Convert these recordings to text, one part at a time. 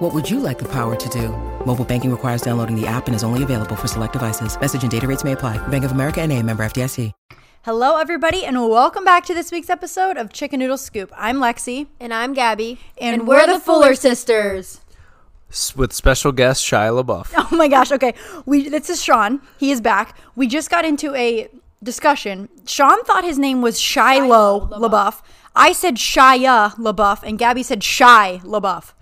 What would you like the power to do? Mobile banking requires downloading the app and is only available for select devices. Message and data rates may apply. Bank of America and a member FDIC. Hello, everybody, and welcome back to this week's episode of Chicken Noodle Scoop. I'm Lexi. And I'm Gabby. And we're the Fuller Sisters. S- with special guest Shia LaBeouf. Oh my gosh, okay. We This is Sean. He is back. We just got into a discussion. Sean thought his name was Shiloh, LaBeouf. I said Shia LaBeouf, and Gabby said Shy LaBeouf.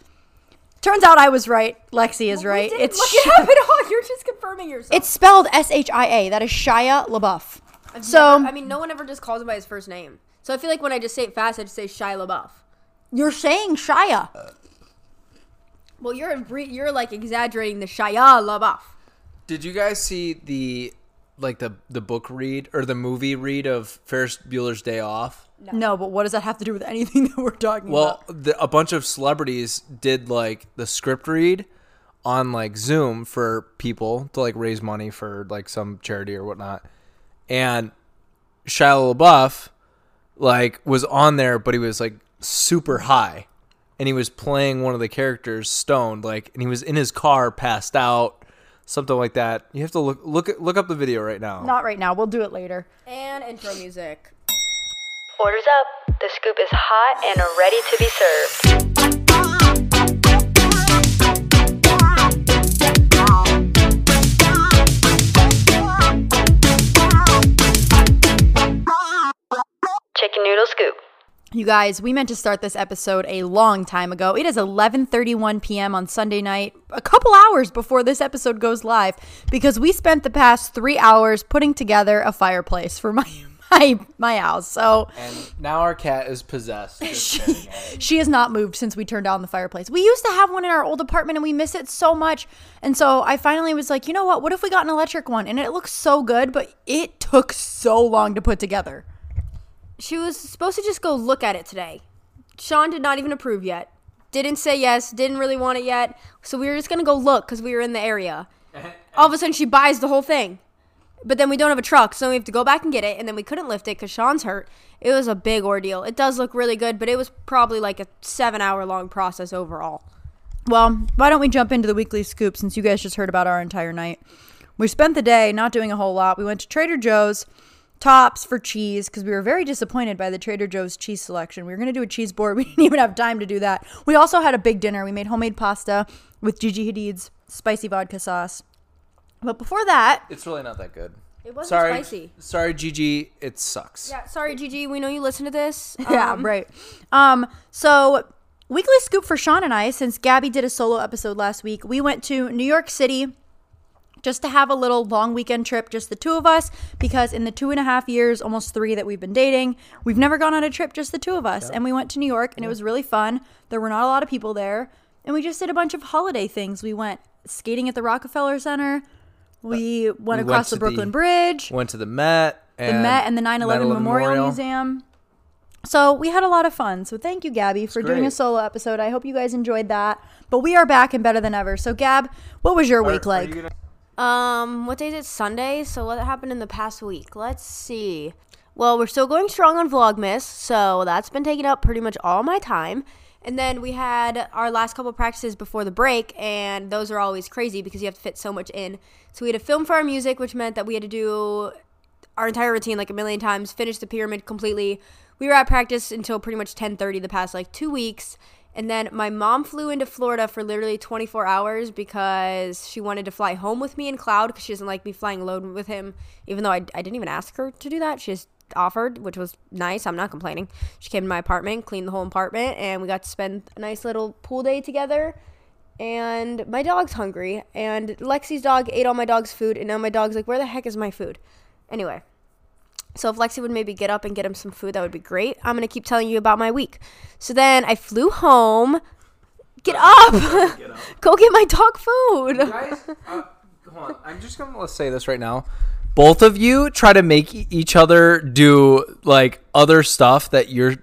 Turns out I was right. Lexi is right. It's It's look Shi- it up at all. You're just confirming yourself. it's spelled S H I A. That is Shia LaBeouf. so I mean, no one ever just calls him by his first name. So I feel like when I just say it fast, I just say Shia LaBeouf. you're saying Shia. Well, you're bre- you're like exaggerating the Shia LaBeouf. Did you guys see the like the the book read or the movie read of Ferris Bueller's Day Off? No. but what does that have to do with anything that we're talking about? Well, the, a bunch of celebrities did like the script read on like Zoom for people to like raise money for like some charity or whatnot, and Shia LaBeouf like was on there, but he was like super high, and he was playing one of the characters stoned, like, and he was in his car, passed out, something like that. You have to look look look up the video right now. Not right now. We'll do it later. And intro music. Orders up. The scoop is hot and ready to be served. Chicken noodle scoop. You guys, we meant to start this episode a long time ago. It is 11:31 p.m. on Sunday night, a couple hours before this episode goes live, because we spent the past 3 hours putting together a fireplace for my my my house. So, And now our cat is possessed. just staring at it. she has not moved since we turned on the fireplace. We used to have one in our old apartment and we miss it so much. And so I finally was like, "You know what? What if we got an electric one?" And it looks so good, but it took so long to put together. She was supposed to just go look at it today. Sean did not even approve yet. Didn't say yes. Didn't really want it yet. So we were just gonna go look because we were in the area. All of a sudden, she buys the whole thing. But then we don't have a truck, so we have to go back and get it. And then we couldn't lift it because Sean's hurt. It was a big ordeal. It does look really good, but it was probably like a seven-hour-long process overall. Well, why don't we jump into the weekly scoop since you guys just heard about our entire night? We spent the day not doing a whole lot. We went to Trader Joe's, Tops for cheese because we were very disappointed by the Trader Joe's cheese selection. We were going to do a cheese board. We didn't even have time to do that. We also had a big dinner. We made homemade pasta with Gigi Hadid's spicy vodka sauce. But before that, It's really not that good. It wasn't sorry, spicy. Sorry, Gigi. It sucks. Yeah, sorry, Gigi. We know you listen to this. yeah, Um, right. Um, so weekly scoop for Sean and I, since Gabby did a solo episode last week, we went to New York City just to have a little long weekend trip, just the two of us, because in the two and a half years, almost three that we've been dating, we've never gone on a trip just the two of us. And we went to New York and it was really fun. There were not a lot of people there. And we just did a bunch of holiday things. We went skating at the Rockefeller Center. We went went across to the Brooklyn the- Bridge Went to the Met. And the Met and the 9 11 Memorial, Museum. So we had a lot of fun. So thank you, Gabby, for doing a great. solo episode. I hope you guys enjoyed that. But we are back and better than ever. So, Gab, what was your week like? Um, what day is it? Sunday. So what happened in the past week? Let's see. Well, we're still going strong on Vlogmas, so that's been taking up pretty much all my time. And then we had our last couple practices before the break, and those are always crazy because you have to fit so much in. So we had to film for our music, which meant that we had to do our entire routine like a million times, finished the pyramid completely. We were at practice until pretty much 10:30 the past like 2 weeks. And then my mom flew into Florida for literally 24 hours because she wanted to fly home with me in Cloud because she doesn't like me flying alone with him, even though I, I didn't even ask her to do that. She just offered, which was nice. I'm not complaining. She came to my apartment, cleaned the whole apartment, and we got to spend a nice little pool day together and my dog's hungry and lexi's dog ate all my dog's food and now my dog's like where the heck is my food anyway so if lexi would maybe get up and get him some food that would be great i'm gonna keep telling you about my week so then i flew home get up go get my dog food Guys, uh, hold on. I'm just gonna let's say this right now. both of you try to make e- each other do like other stuff that you're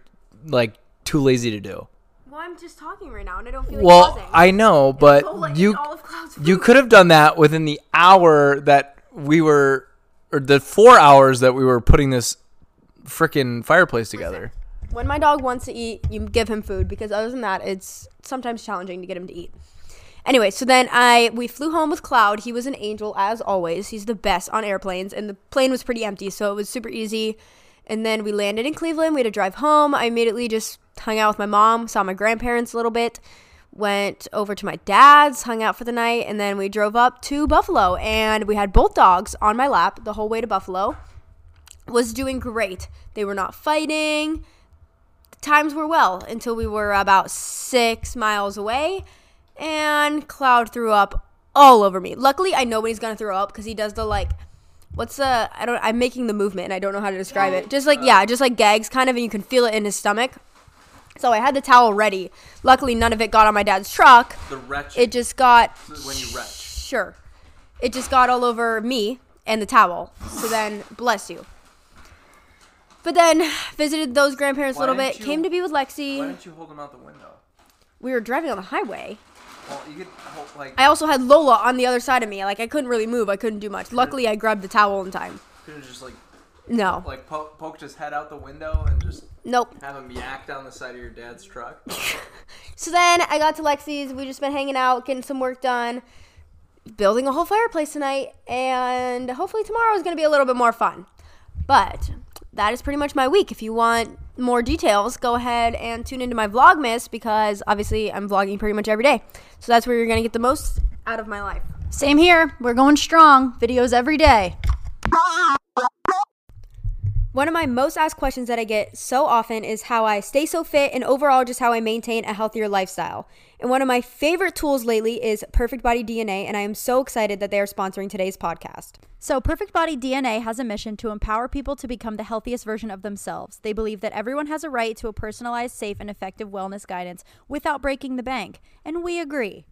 like too lazy to do. Well, I'm just talking right now, and I don't feel like Well, pausing. I know, but Cola in you all of Cloud's you food. could have done that within the hour that we were or the 4 hours that we were putting this freaking fireplace together. When my dog wants to eat, you give him food because other than that, it's sometimes challenging to get him to eat. Anyway, so then I we flew home with Cloud. He was an angel as always. He's the best on airplanes, and the plane was pretty empty, so it was super easy. And then we landed in Cleveland. We had to drive home. I immediately just hung out with my mom, saw my grandparents a little bit, went over to my dad's, hung out for the night, and then we drove up to Buffalo. And we had both dogs on my lap the whole way to Buffalo. Was doing great. They were not fighting times were well until we were about six miles away and Cloud threw up all over me. Luckily, I know when he's gonna throw up because he does the like, what's the, I don't, I'm making the movement and I don't know how to describe it. Just like, yeah, just like gags kind of, and you can feel it in his stomach. So I had the towel ready. Luckily, none of it got on my dad's truck. The wretched It just got when you retch. Sure. It just got all over me and the towel. So then, bless you. But then visited those grandparents a Why little didn't bit. you- Came to be with Lexi. you hold them out the window? We were driving on the highway. Well, you could hold, like I also had Lola on the other side of me. Like I couldn't really move. I couldn't do much. Luckily, I grabbed the towel in time. could have just like No. like po- poked his head out the window and just Nope. have him yak down the side of your dad's truck. So then I got to Lexi's. We just been hanging out, getting some work done, building a whole fireplace tonight, and hopefully tomorrow is going to be a little bit more fun. But that is pretty much my week. If you want more details, go ahead and tune into my Vlogmas because obviously I'm vlogging pretty much every day. So that's where you're going to get the most out of my life. Same here. We're going strong. Videos every day. One of my most asked questions that I get so often is how I stay so fit and overall just how I maintain a healthier lifestyle. And one of my favorite tools lately is Perfect Body DNA, and I am so excited that they are sponsoring today's podcast. So, Perfect Body DNA has a mission to empower people to become the healthiest version of themselves. They believe that everyone has a right to a personalized, safe, and effective wellness guidance without breaking the bank. And we agree.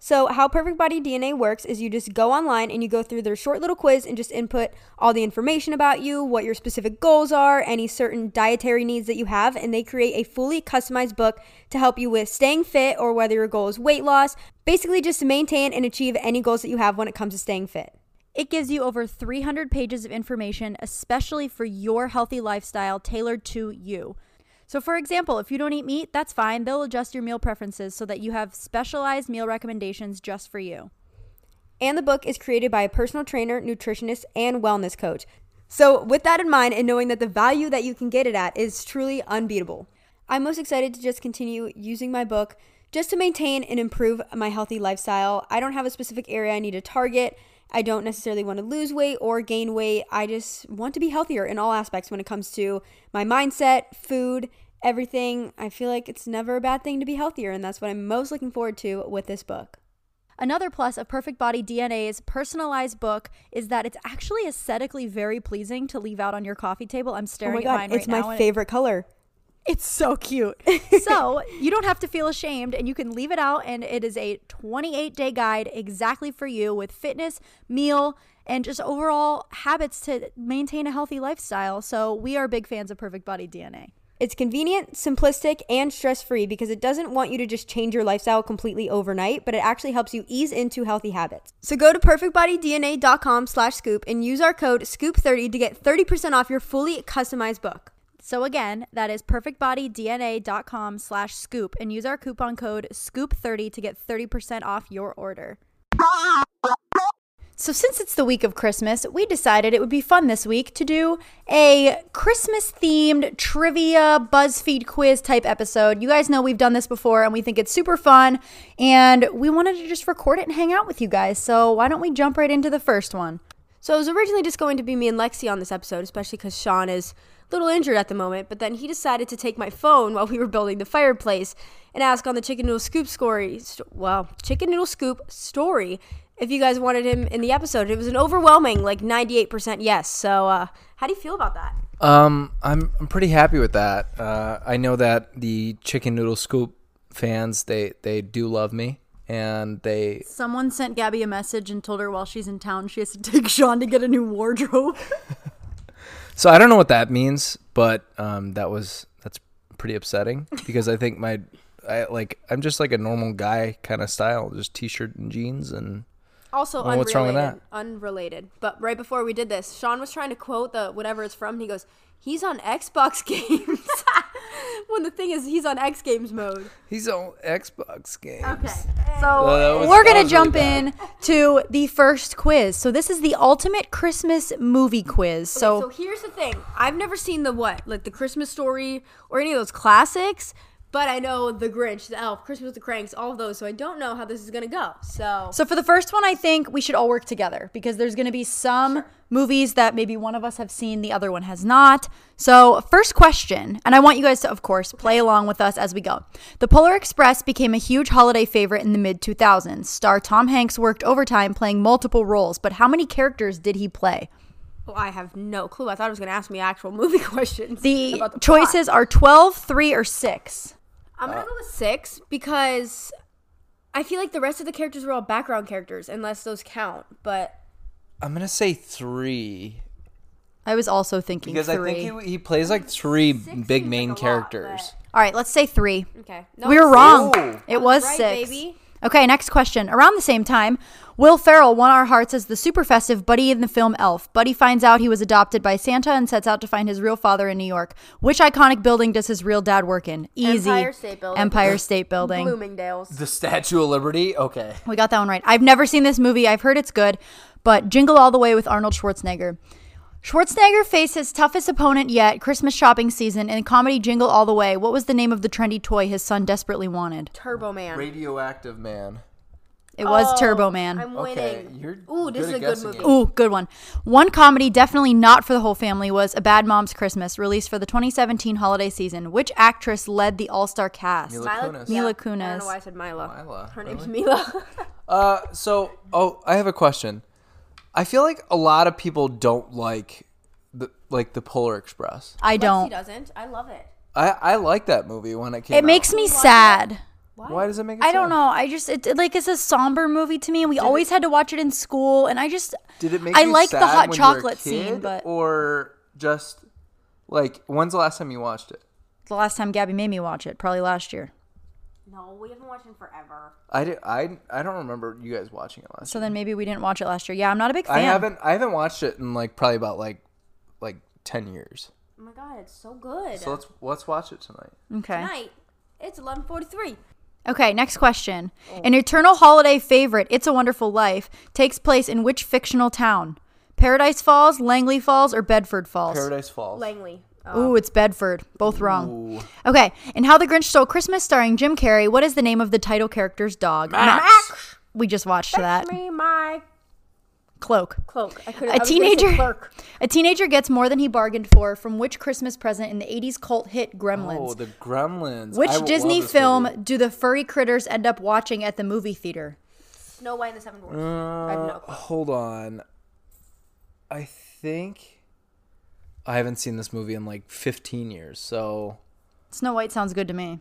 So, how Perfect Body DNA works is you just go online and you go through their short little quiz and just input all the information about you, what your specific goals are, any certain dietary needs that you have, and they create a fully customized book to help you with staying fit or whether your goal is weight loss, basically just to maintain and achieve any goals that you have when it comes to staying fit. It gives you over 300 pages of information, especially for your healthy lifestyle tailored to you. So, for example, if you don't eat meat, that's fine. They'll adjust your meal preferences so that you have specialized meal recommendations just for you. And the book is created by a personal trainer, nutritionist, and wellness coach. So, with that in mind and knowing that the value that you can get it at is truly unbeatable, I'm most excited to just continue using my book just to maintain and improve my healthy lifestyle. I don't have a specific area I need to target. I don't necessarily want to lose weight or gain weight. I just want to be healthier in all aspects when it comes to my mindset, food, everything. I feel like it's never a bad thing to be healthier, and that's what I'm most looking forward to with this book. Another plus of Perfect Body DNA's personalized book is that it's actually aesthetically very pleasing to leave out on your coffee table. I'm staring at mine right Oh it's now. my and it- favorite color. It's so cute. so you don't have to feel ashamed and you can leave it out. And it is a 28 day guide exactly for you with fitness, meal, and just overall habits to maintain a healthy lifestyle. So we are big fans of Perfect Body DNA. It's convenient, simplistic, and stress free because it doesn't want you to just change your lifestyle completely overnight, but it actually helps you ease into healthy habits. So go to perfectbodydna.com slash scoop and use our code SCOOP30 to get 30% off your fully customized book. So again, that is perfectbodydna.com slash scoop and use our coupon code SCOOP30 to get 30% off your order. So since it's the week of Christmas, we decided it would be fun this week to do a Christmas themed trivia BuzzFeed quiz type episode. You guys know we've done this before and we think it's super fun and we wanted to just record it and hang out with you guys. So why don't we jump right into the first one? So it was originally just going to be me and Lexi on this episode, especially because Sean is a little injured at the moment. But then he decided to take my phone while we were building the fireplace and ask on the chicken noodle scoop story. St- well, chicken noodle scoop story. If you guys wanted him in the episode, it was an overwhelming like 98% yes. So uh, how do you feel about that? Um, I'm I'm pretty happy with that. Uh, I know that the chicken noodle scoop fans they they do love me, and they Someone sent Gabby a message and told her while she's in town she has to take Sean to get a new wardrobe. So I don't know what that means, but um, that was that's pretty upsetting because I think my I like I'm just like a normal guy kind of style, just t-shirt and jeans and Also, Well, unrelated, what's wrong with Unrelated. But right before we did this, Sean was trying to quote the whatever it's from. And he goes, "He's on Xbox games." when the thing is, he's on X games mode. he's on Xbox games. So that was- we're that gonna was really jump bad. in to the first quiz. So this is the ultimate Christmas movie quiz. So, So here's the thing: I've never seen the what, like the Christmas Story or any of those classics. But I know the Grinch, the Elf, Christmas with the Cranks, all of those. So I don't know how this is gonna go. So so for the first one, I think we should all work together because there's gonna be some movies that maybe one of us have seen, the other one has not. So first question, and I want you guys to, of course, play along with us as we go. The Polar Express became a huge holiday favorite in the mid 2000s. Star Tom Hanks worked overtime playing multiple roles, but how many characters did he play? Well, I have no clue. I thought it was going to ask me actual movie questions. The, about the plot. choices are 12, 3, or 6. I'm Uh. going to go with six because I feel like the rest of the characters were all background characters, unless those count. But I'm gonna say three I was also thinking because three. I think he, he plays like three big seems main like a lot, characters. All right, let's say three. okay, we were it's wrong. Ooh. It was right, six. baby. Okay, next question. Around the same time, Will Ferrell won our hearts as the super festive Buddy in the film Elf. Buddy finds out he was adopted by Santa and sets out to find his real father in New York. Which iconic building does his real dad work in? Easy. Empire State Building. Empire State Building. Bloomingdale's. The Statue of Liberty. Okay, We got that one right. I've never seen this movie. I've heard it's good, but Jingle All the Way with Arnold Schwarzenegger. Schwarzenegger faced his toughest opponent yet, Christmas shopping season, in the comedy Jingle All the Way. What was the name of the trendy toy his son desperately wanted? Turbo Man. radioactive man. It was Oh, Turbo Man. I'm Okay, winning. you're Ooh, this good is at a good guessing movie. it. Ooh, good one. One comedy definitely not for the whole family was A Bad Mom's Christmas, released for the 2017 holiday season. Which actress led the all star cast? Mila Mila Kunis. Mila I don't know why I Kunis. said Mila. Mila, Her name's Mila. Uh, so oh, I have a question. I feel like a lot of people don't like the like the Polar Express. I She don't. doesn't. I love it. I I like that movie when it came. It makes me sad. Why does it make? It I don't sad? know. I just it, it, like it's a somber movie to me, and we always had to watch it in school. And I just Did it make? I you like sad the hot when you were a chocolate scene, kid, but or just like when's the last time you watched it? the last time Gabby made me watch it, probably last year. No, we haven't watched it forever. I did, I I don't remember you guys watching it last. So then maybe we didn't watch it last year. Yeah, I'm not a big fan. I haven't I haven't watched it in like probably about like like ten years. Oh my god, it's so good. So let's let's watch it tonight. Okay. Tonight, it's 11:43. Okay. Next question. Oh. An eternal holiday favorite, "It's a Wonderful Life," takes place in which fictional town? Paradise Falls, Langley Falls, or Bedford Falls? Paradise Falls. Langley. Ooh, it's Bedford. Both wrong. Okay. In How the Grinch Stole Christmas, starring Jim Carrey, what is the name of the title character's dog? Max. We just watched that. Me, my Cloak. cloak. I couldn't. Uh, A teenager. A teenager gets more than he bargained for from which Christmas present in the 80s cult hit Gremlins? Oh, the Gremlins. I which love Disney this film movie. do the furry critters end up watching at the movie theater? Snow White and the Seven Dwarfs. I have no clue. Uh, Hold on. I think I haven't seen this movie in like 15 years. So Snow White sounds good to me.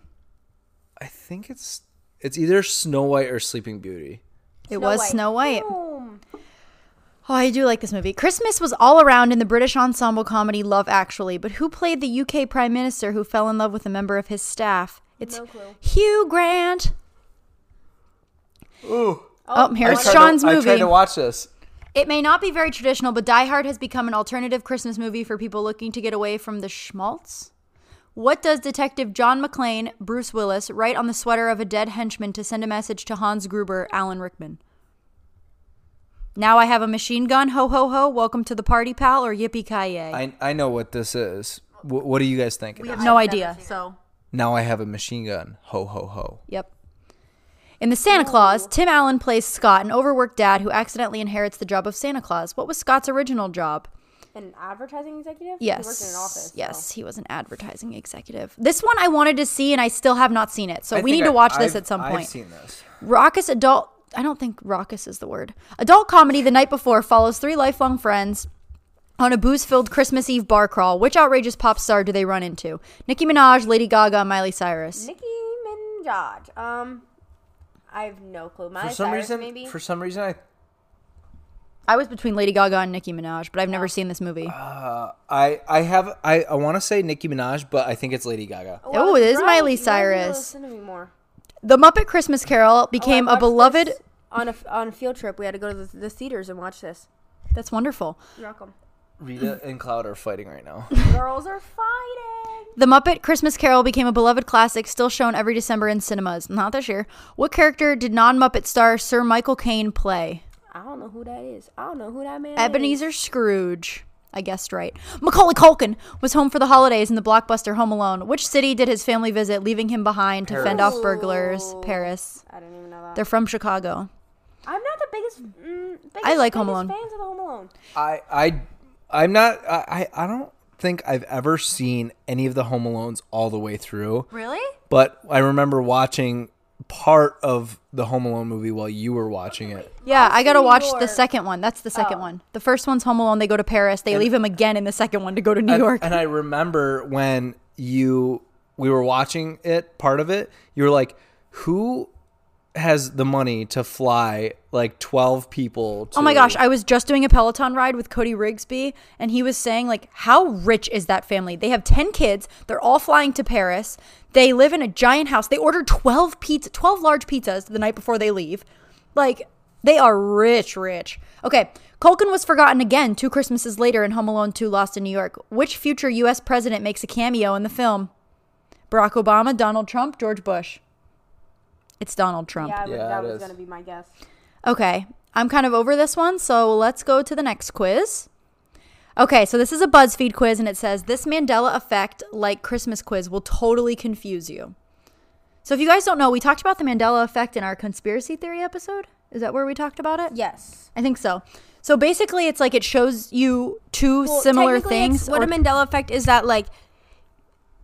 I think it's it's either Snow White or Sleeping Beauty. It was Snow White. Oh, I do like this movie. Christmas was all around in the British ensemble comedy Love Actually, but who played the UK Prime Minister who fell in love with a member of his staff? It's Hugh Grant. Ooh. Oh, here's tried to- Sean's movie. I tried to watch this. It may not be very traditional, but Die Hard has become an alternative Christmas movie for people looking to get away from the schmaltz. What does Detective John McClane, Bruce Willis, write on the sweater of a dead henchman to send a message to Hans Gruber, Alan Rickman? Now I have a machine gun, ho ho ho, welcome to the party, pal, or yippee ki yay. I I know what this is. Wh- what do you guys think? it is? No idea, so. Now I have a machine gun. Ho ho ho. Yep. In The Santa Claus, Tim Allen plays Scott, an overworked dad who accidentally inherits the job of Santa Claus. What was Scott's original job? An advertising executive? Yes. He worked in an office. Yes, he was an advertising executive. This one I wanted to see and I still have not seen it. So I we think need to I- watch this I've- at some I've point. seen this. Raucous adult I don't think raucous is the word. Adult comedy The Night Before follows three lifelong friends on a booze-filled Christmas Eve bar crawl. Which outrageous pop star do they run into? Nicki Minaj, Lady Gaga, Miley Cyrus. Nicki Minaj. Um, I have no clue. My For some reason, maybe. for some reason, I I was between Lady Gaga and Nicki Minaj, but I've never seen this movie. I I have I I want to say Nicki Minaj, but I think it's Lady Gaga. I Oh, was it is Miley You guys need to Cyrus. listen to me more. the Muppet Christmas Carol became Oh, I a watched beloved. this on a f- on a field trip. We had to go to the, the theaters and watch this. That's wonderful. You're welcome. Rita and Cloud are fighting right now. Girls are fighting. The Muppet Christmas Carol became a beloved classic, still shown every December in cinemas. Not this year. What character did non-Muppet star Sir Michael Caine play? I don't know who that is. I don't know who that man. is. Ebenezer Scrooge. I guessed right. Macaulay Culkin was home for the holidays in the blockbuster Home Alone. Which city did his family visit, leaving him behind to fend off burglars? Paris. I don't even know that. They're from Chicago. I'm not the biggest. Mm, biggest I like Home biggest Alone. Fans of the Home Alone. I I I'm not I I I don't think I've ever seen any of the Home Alones all the way through. Really? But I remember watching part of the Home Alone movie while you were watching it. Yeah, I gotta New watch the York. second one. That's the Oh. second one. The first one's Home Alone. They go to Paris. They leave him again in the second one to go to New And- York. And I remember when you we were watching it, part of it, you were like, "Who has the money to fly like 12 people to Oh my gosh, I was just doing a Peloton ride with Cody Rigsby, and he was saying, like, how rich is that family? They have 10 kids, they're all flying to Paris, they live in a giant house, they order 12 pizza, 12 large pizzas the night before they leave. Like, they are rich, rich. Okay, Culkin was forgotten again two Christmases later in Home Alone 2 Lost in New York. Which future U.S. president makes a cameo in the film? Barack Obama, Donald Trump, George Bush? It's Donald Trump. Yeah, I would- Yeah, that it was is. gonna be my guess. Okay, I'm kind of over this one, so let's go to the next quiz. Okay, so this is a BuzzFeed quiz, and it says this Mandela effect, like Christmas quiz, will totally confuse you. So, if you guys don't know, we talked about the Mandela effect in our conspiracy theory episode. Is that where we talked about it? Yes. I think so. So basically, it's like it shows you two similar things. What or- a Mandela effect is that like.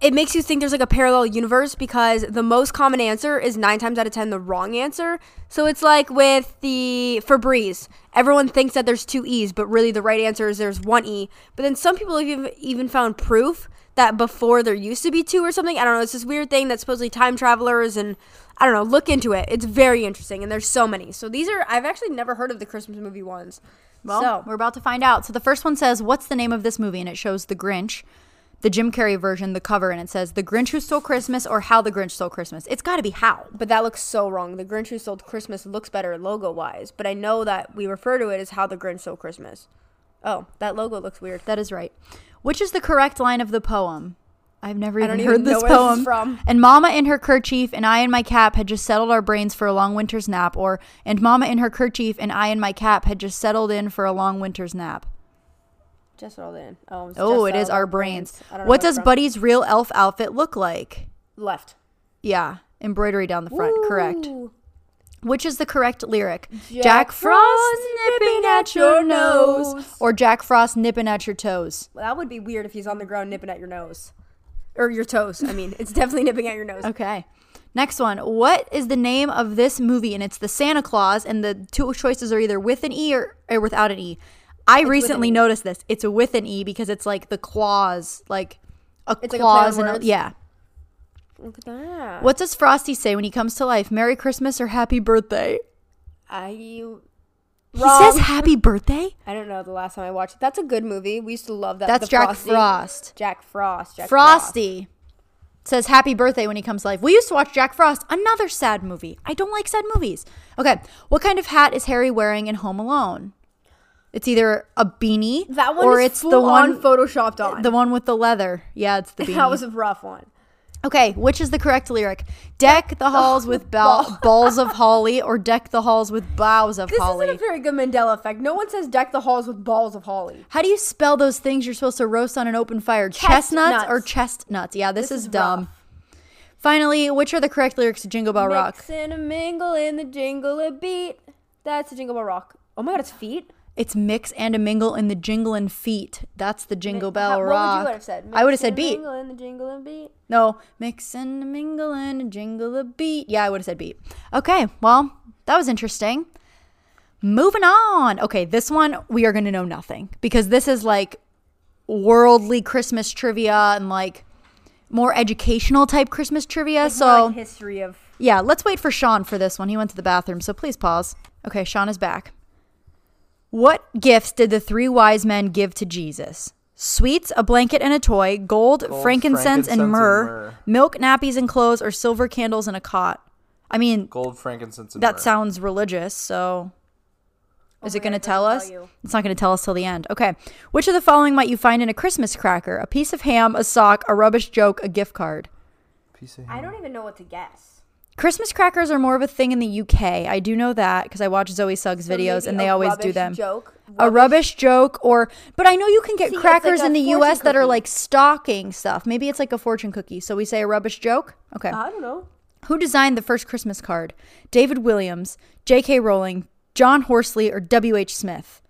It makes you think there's like a parallel universe because the most common answer is nine times out of ten the wrong answer. So it's like with the Febreze, everyone thinks that there's two E's, but really the right answer is there's one E. But then some people have even- even found proof that before there used to be two or something. I don't know. It's this weird thing that supposedly time travelers and I don't know. Look into it. It's very interesting, and there's so many. So these are I've actually never heard of the Christmas movie ones. Well, so, we're about to find out. So the first one says, "What's the name of this movie?" and it shows the Grinch, the Jim Carrey version, the cover, and it says, "The Grinch Who Stole Christmas" or "How the Grinch Stole Christmas." It's got to be how. But that looks so wrong. The Grinch Who Stole Christmas looks better logo wise, but I know that we refer to it as How the Grinch Stole Christmas. Oh, that logo looks weird. That is right. Which is the correct line of the poem? I've never even don't heard even this know where this poem. is from. And Mama in her kerchief and I in my cap had just settled our brains for a long winter's nap. Or and Mama in her kerchief and I in my cap had just settled in for a long winter's nap. Just rolled in. Oh, it's Oh, just it is all our about brains. I don't What know where does it's from. Buddy's real elf outfit look like? left? Yeah, embroidery down the front. Correct. Ooh. Which is the correct lyric? Jack, Frost Frost nipping at your nose. nose. Or Jack Frost nipping at your toes. Well, that would be weird if he's on the ground nipping at your nose. Or your toes. I mean, it's definitely nipping at your nose. Okay. Next one. What is the name of this movie? And it's the Santa Claus, and the two choices are either with an E or, or without an E. I recently noticed this. It's with an E because it's like the claws, like a It's like a play claws, on and words? a, yeah. Look at that. What does Frosty say when he comes to life? Merry Christmas or Happy Birthday? I He Wrong. says Happy Birthday. I don't know the last time I watched it. That's a good movie. We used to love that. That's The Jack Frosty. Frost. Jack Frost. Jack Frost. Frosty says happy birthday when he comes to life. We used to watch Jack Frost, another sad movie. I don't like sad movies. Okay, what kind of hat is Harry wearing in Home Alone? It's either a beanie That one or is it's the one photoshopped on. the one with the leather. Yeah, it's the beanie. that was a rough one. okay, which is the correct lyric? Deck the halls with bow- balls of holly or deck the halls with boughs of This holly? isn't a very good Mandela effect. No one says deck the halls with balls of holly. How do you spell those things you're supposed to roast on an open fire? Chestnuts, Chestnuts. or chestnuts? Yeah, this, is, is dumb. Finally, which are the correct lyrics to Jingle Bell Rock? Mix and a mingle in the jingle a beat. That's a jingle bell rock. Oh my god, it's feet. It's mix and a mingle in the jinglin' feet. That's the Jingle Bell How- Rock. What would you have said? I would have Mix said and a beat. Mingle in the jingle and beat. No, mix and a mingle and a jingle a beat. Yeah, I would have said beat. Okay, well, that was interesting. Moving on. Okay, this one we are going to know nothing because this is like worldly Christmas trivia and like more educational type Christmas trivia. More so like history of Yeah, let's wait for Sean for this one. He went to the bathroom, so please pause. Okay, Sean is back. What gifts did the three wise men give to Jesus? Sweets, a blanket and a toy, gold, frankincense, frankincense and and myrrh, myrrh. milk, nappies, and clothes, or silver candles and a cot. I mean, Gold, frankincense, and that myrrh. sounds religious, so is it going to tell doesn't us? tell you. it's not going to tell us till the end. Okay. Which of the following might you find in a Christmas cracker? A piece of ham, a sock, a rubbish joke, a gift card. Piece of I don't even know what to guess. Christmas crackers are more of a thing in the UK. I do know that because I watch Zoe Suggs videos maybe and a they always do rubbish them. joke. A rubbish joke, or but I know you can get See, it's like crackers a in the fortune US that are cookie. like stocking stuff. Maybe it's like a fortune cookie. So we say a rubbish joke. Okay. I don't know. Who designed the first Christmas card? David Williams, J.K. Rowling, John Horsley, or W.H. Smith?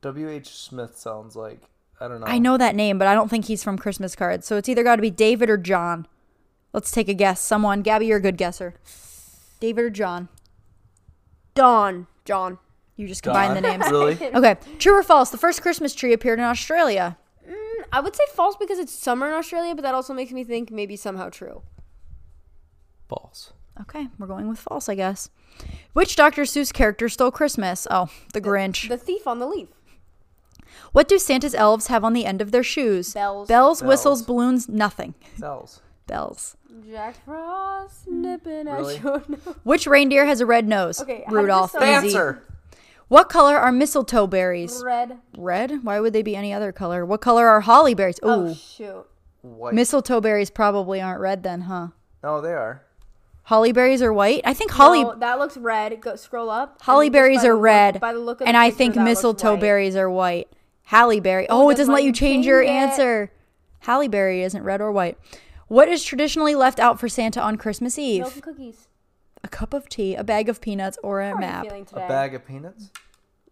W.H. Smith sounds like. I don't know. I know that name, but I don't think he's from Christmas cards. So it's either got to be David or John. Let's take a guess. Someone, Gabby, you're a good guesser. David or John? Don. John. You just combined the God, names. Really? Okay, true or false? The first Christmas tree appeared in Australia. I would say false because it's summer in Australia, but that also makes me think maybe somehow true. Balls. Okay, we're going with false, I guess. Which Dr. Seuss character stole Christmas? Oh, the Grinch. The thief on the leaf. what do Santa's elves have on the end of their shoes? Bells. Bells, whistles, Bells. balloons, nothing. Bells. Bells. Jack Frost nipping Really? at your nose. Which reindeer has a red nose? Okay, how did Rudolph. this Easy. sound? Answer. What color are mistletoe berries? Red. Red? Why would they be any other color? What color are holly berries? Ooh, Oh shoot. White. mistletoe berries probably aren't red then, huh? no, they are. Holly berries are white. I think holly No, that looks red. Go scroll up. I Holly mean, just berries by the are look- red, by the look of and the I picture, think that looks mistletoe white. berries are white. Hallie berry. Oh, Oh, it that's doesn't why let you you change your changed it. answer. Hallie berry isn't red or white. What is traditionally left out for Santa on Christmas Eve? Milk and cookies. A cup of tea, a bag of peanuts, or a How are you map. feeling A today? bag of peanuts?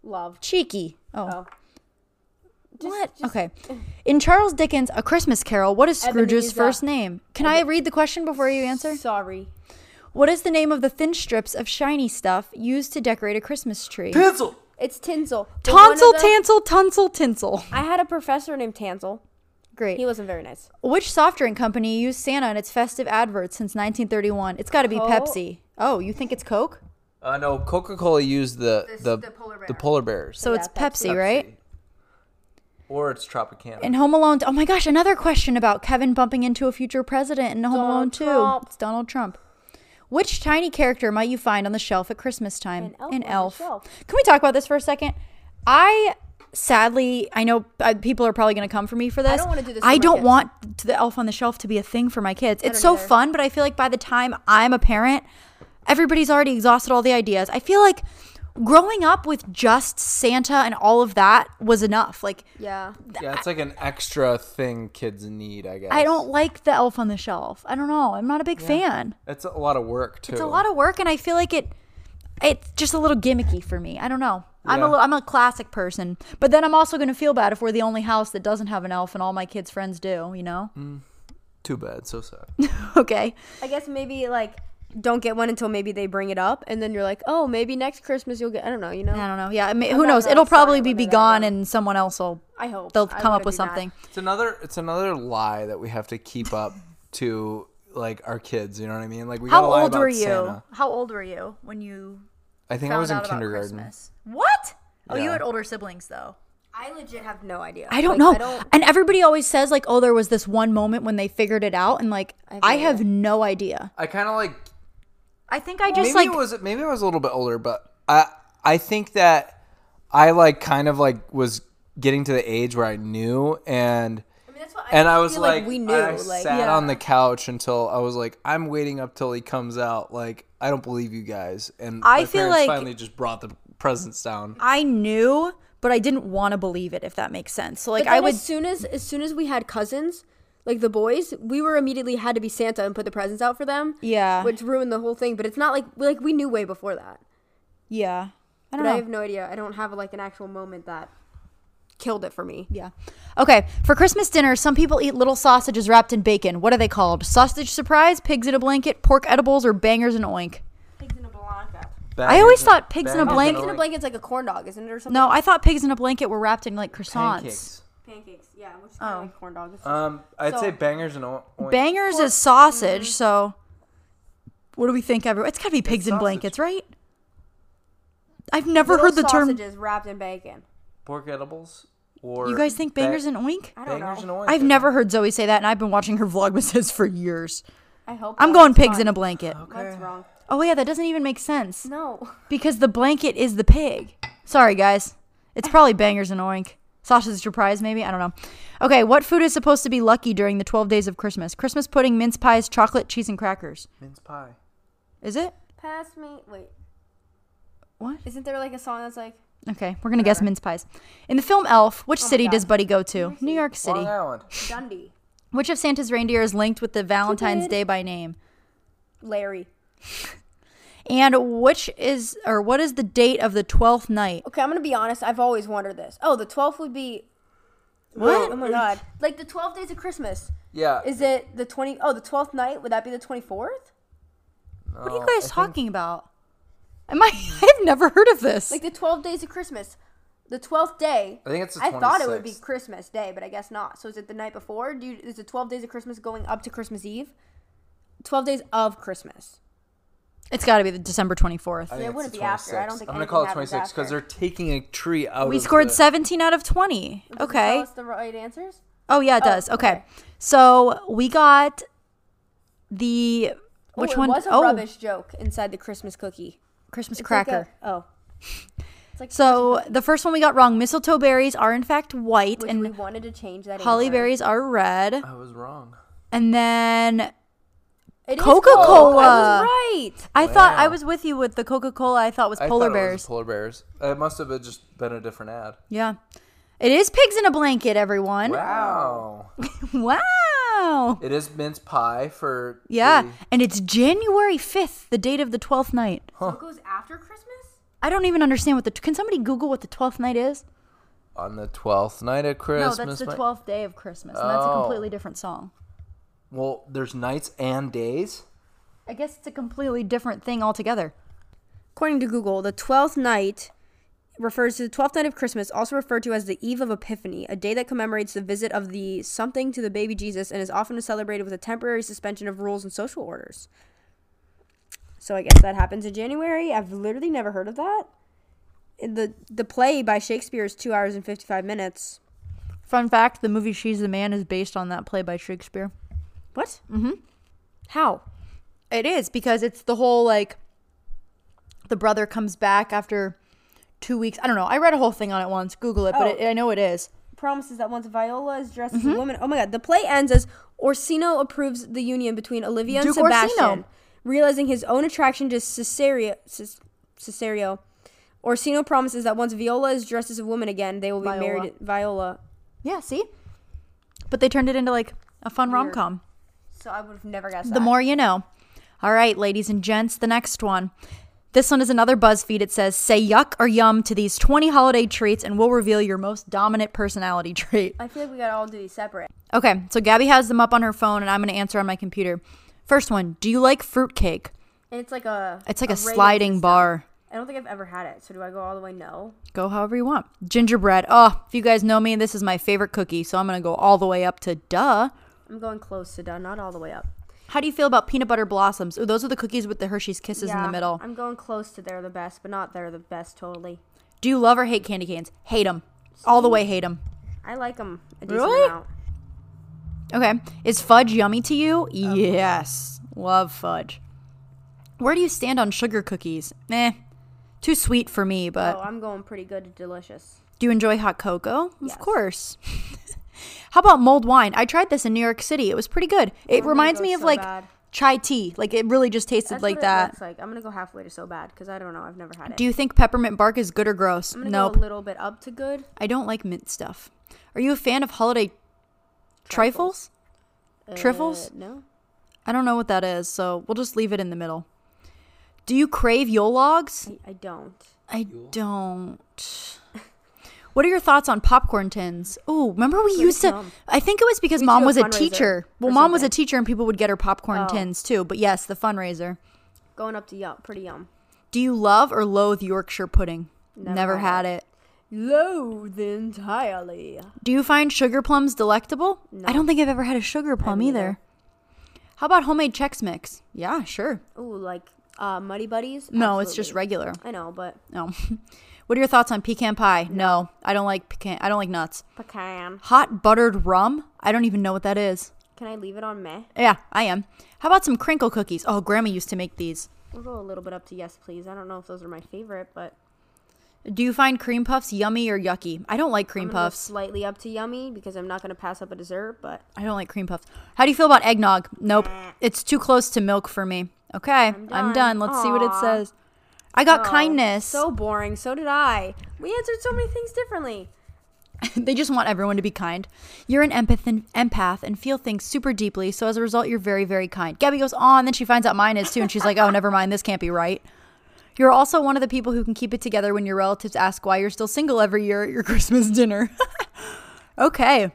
Love. Cheeky. Oh, Oh. Just- what? just- okay. In Charles Dickens' A Christmas Carol, what is Scrooge's Ebenezer. first name? Can I read the question before you answer? Sorry. What is the name of the thin strips of shiny stuff used to decorate a Christmas tree? Pencil. It's tinsel. The one of Tonsil, the- tansel, tunsil, tinsel. I had a professor named Tansel. Great. He wasn't very nice. Which soft drink company used Santa in its festive adverts since 1931? It's got to be Coke. Pepsi. Oh, you think it's Coke? Uh, no, Coca Cola used the the, the, polar bears. So it's Pepsi, right? Or it's Tropicana. In Home Alone, oh my gosh, another question about Kevin bumping into a future president in Home Donald Alone 2. Trump. It's Donald Trump. Which tiny character might you find on the shelf at Christmas time? An elf on An the elf. shelf. Can we talk about this for a second? I sadly, I know uh, people are probably going to come for me for this. don't wanna do this I for my don't kids. want the elf on the shelf to be a thing for my kids. It's so fun, but I feel like by the time I'm a parent, everybody's already exhausted all the ideas. I feel like growing up with just Santa and all of that was enough. Like Yeah. yeah, it's like an extra thing kids need, I guess. I don't like the elf on the shelf. I don't know. I'm not a big fan. It's a lot of work too. It's a lot of work and I feel like it it's just a little gimmicky for me. I don't know. I'm a Yeah. little, I'm a classic person, but then I'm also going to feel bad if we're the only house that doesn't have an elf and all my kids' friends do, you know? Mm. Too bad. So sad. Okay. I guess maybe like don't get one until maybe they bring it up, and then you're like, oh, maybe next Christmas you'll get. I don't know. You know. I don't know. Yeah, I mean, who not knows? really It'll sorry probably be whether be that gone or- and someone else will I hope they'll I come up wouldn't with be mad. something. It's another. It's another lie that we have to keep up to like our kids. You know what I mean? Like we. How gotta lie old about were you? Santa. How old were you when you I think I found was in out about kindergarten. Christmas? What? Oh, you Yeah. had older siblings though. I legit have no idea. I don't Like, know. I don't. and everybody always says like, "Oh, there was this one moment when they figured it out," and like, I have, no no idea. I kind of like. I think I Maybe just like it was. Maybe I was a little bit older, but I. I think that I like kind of like was getting to the age where I knew and. I mean, that's what and I was feel like, like we and knew, I like, sat yeah. on the couch until I was like, I'm waiting up till he comes out. Like, I don't believe you guys. And I my feel parents like- finally just brought the presents down. I knew, but I didn't want to believe it. If that makes sense. So like, But I then would. as soon as as soon as we had cousins, like the boys, we were immediately had to be Santa and put the presents out for them. Yeah. which ruined the whole thing. But it's not like like we knew way before that. yeah. I don't But know. I have no idea. I don't have like an actual moment that killed it for me. yeah. Okay. For Christmas dinner, some people eat little sausages wrapped in bacon. What are they called? Sausage surprise, pigs in a blanket, pork edibles, or bangers and oink? Pigs in a blanket. I always thought pigs in a bangers and blanket- Pigs in a blanket's like a corn dog, isn't it, or something? No, I thought pigs in a blanket were wrapped in like croissants. Pancakes. Pancakes, yeah, which is kind Oh. of like corn dogs. Um, I'd say bangers and oink. Mm-hmm. Bangers is sausage, so What do we think, everyone? It's got to be pigs in sausage. blankets, right? I've never heard the term. sausages wrapped in bacon. Pork edibles or You guys think bangers and oink? I don't know. I've never heard Zoe say that, and I've been watching her vlogmases for years. I hope I'm not. going Oh, It's pigs fine. in a blanket. That's wrong. Oh yeah, that doesn't even make sense No. because the blanket is the pig. Sorry guys, it's probably bangers and oink. Sausage surprise, maybe I don't know. Okay, what food is supposed to be lucky during the 12 days of Christmas? Christmas pudding, mince pies, chocolate, cheese, and crackers. mince pie. Is it? Pass me. Wait. What? Isn't there like a song that's like Okay, we're gonna guess mince pies. In the film Elf, Oh which city does Buddy go to? New York City. Long Island. Dundee, Which of Santa's reindeer is linked with the Valentine's Day by name? Larry? And which is or what is the date of the 12th night? Okay, I'm gonna be honest. I've always wondered this. Oh, the 12th would be. What? Oh my god! Like the 12 days of Christmas. Yeah. Is it the 20? Oh, the 12th night. Would that be the 24th? What are Um, Oh, you guys talking about? Am I? I've never heard of this. Like the 12 days of Christmas. The 12th day. I think it's the I thought it would be 26th. Christmas Day, but I guess not. So is it the night before? Do you, is the 12 days of Christmas going up to Christmas Eve? 12 days of Christmas. it's got to be the December twenty fourth. I think it it's wouldn't the be after. I don't 26th. think I'm gonna anything call it happens 26 because after. they're taking a tree out. We of scored the, seventeen out of twenty. Does it Tell Okay. us the right answers. Oh yeah, it Oh, does. Okay. okay. So we got the which oh, one? It was a oh, rubbish joke inside the Christmas cookie. Christmas It's cracker. Like a, oh. It's like so the first one we got wrong. Mistletoe berries are in fact white, Which we and wanted to change that. holly answer. berries are red. I was wrong. And then It is Coca-Cola. Coke. I was right. I thought I Wow. was with you with the Coca Cola. I thought was I polar thought it was bears. polar bears. It must have been just been a different ad. yeah. It is pigs in a blanket, everyone. Wow. wow. it is mince pie for Yeah, the- and it's January 5th, the date of the 12th night. So it goes after Christmas. I don't even understand what the. Can somebody Google what the 12th night is? on the 12th night of Christmas. no, that's the my- 12th day of Christmas, and that's a Oh. completely different song. Well, there's nights and days. I guess it's a completely different thing altogether. According to Google, the 12th night refers to the 12th night of Christmas, also referred to as the Eve of Epiphany, a day that commemorates the visit of the something to the baby Jesus and is often celebrated with a temporary suspension of rules and social orders. So I guess that happens in January. I've literally never heard of that. In The the play by Shakespeare is 2 hours and 55 minutes. Fun fact the movie She's the Man is based on that play by Shakespeare. What? Mhm. How? It is because it's the whole like the brother comes back after two weeks. I don't know. I read a whole thing on it once. Google it, but Oh. it, I know it is. promises that once Viola is dressed Mm-hmm. as a woman. Oh my god, the play ends as Orsino approves the union between Olivia and Duke Sebastian, Orsino. realizing his own attraction to Cesario. Ces- Cesario. Orsino promises that once Viola is dressed as a woman again, they will be Viola. married. Viola. Yeah, see? But they turned it into like a fun rom com. So I would have never guessed The more you know. All right, ladies and gents, the next one. This one is another BuzzFeed. It says, say yuck or yum to these 20 holiday treats and we'll reveal your most dominant personality trait. I feel like we gotta all do these separate. Okay, so Gabby has them up on her phone and I'm going to answer on my computer. First one, do you like fruitcake? And it's like a. It's like a, rating sliding system. bar. I don't think I've ever had it. So do I go all the way no? Go however you want. Gingerbread. Oh, if you guys know me, this is my favorite cookie, so I'm going to go all the way up to duh. I'm going close to done, not all the way up. How do you feel about peanut butter blossoms? Ooh, those are the cookies with the Hershey's kisses in the middle. I'm going close to they're the best, but not they're the best totally. Do you love or hate candy canes? Hate them. All the way hate them. I like them a decent Really? amount. Okay. Is fudge yummy to you? Yes. Love fudge. Where do you stand on sugar cookies? Eh. Too sweet for me, but Oh, I'm going pretty good to delicious. do you enjoy hot cocoa? Of course. How about mulled wine? I tried this in New York City. It was pretty good. It reminds go me of so like bad. chai tea. Like it really just tasted That's like what It that. looks like I'm gonna go halfway to so bad because I don't know. I've never had it. Do you think peppermint bark is good or gross? I'm gonna Nope. go a little bit up to good. I don't like mint stuff. Are you a fan of holiday trifles? Trifles? Uh, no. I don't know what that is, so we'll just leave it in the middle. Do you crave Yule logs? I, I don't. I don't. What are your thoughts on popcorn tins? Oh, remember we used to. yum. I think it was because We mom do a was a fundraiser teacher. Well, or mom was a something. teacher, and people would get her popcorn Oh. tins too. But yes, the fundraiser. Going up to yum. Pretty yum. Do you love or loathe Yorkshire pudding? Never, Never had had it. Loathe entirely. Do you find sugar plums delectable? I don't think I've ever had a sugar plum either. How about homemade Chex Mix? Yeah, sure. Ooh, like uh, Muddy Buddies? No, it's just Absolutely. regular. I know, but No. what are your thoughts on pecan pie? No, I don't like pecan. I don't like nuts. pecan. Hot buttered rum? I don't even know what that is. Can I leave it on meh? Yeah, I am. How about some crinkle cookies? Oh, Grandma used to make these. We'll go a little bit up to yes, please. I don't know if those are my favorite, but Do you find cream puffs yummy or yucky? I don't like cream I'm gonna go puffs. slightly up to yummy because I'm not gonna pass up a dessert. But I don't like cream puffs. How do you feel about eggnog? Nope. It's too close to milk for me. Okay, I'm done. done. Let's see what it says. I got kindness. so boring. So did I. We answered so many things differently. they just want everyone to be kind. You're an empath and, empath and feel things super deeply, so as a result, you're very, very kind. Gabby goes on, then she finds out mine is too, and she's like, oh, never mind, this can't be right. You're also one of the people who can keep it together when your relatives ask why you're still single every year at your Christmas dinner. okay.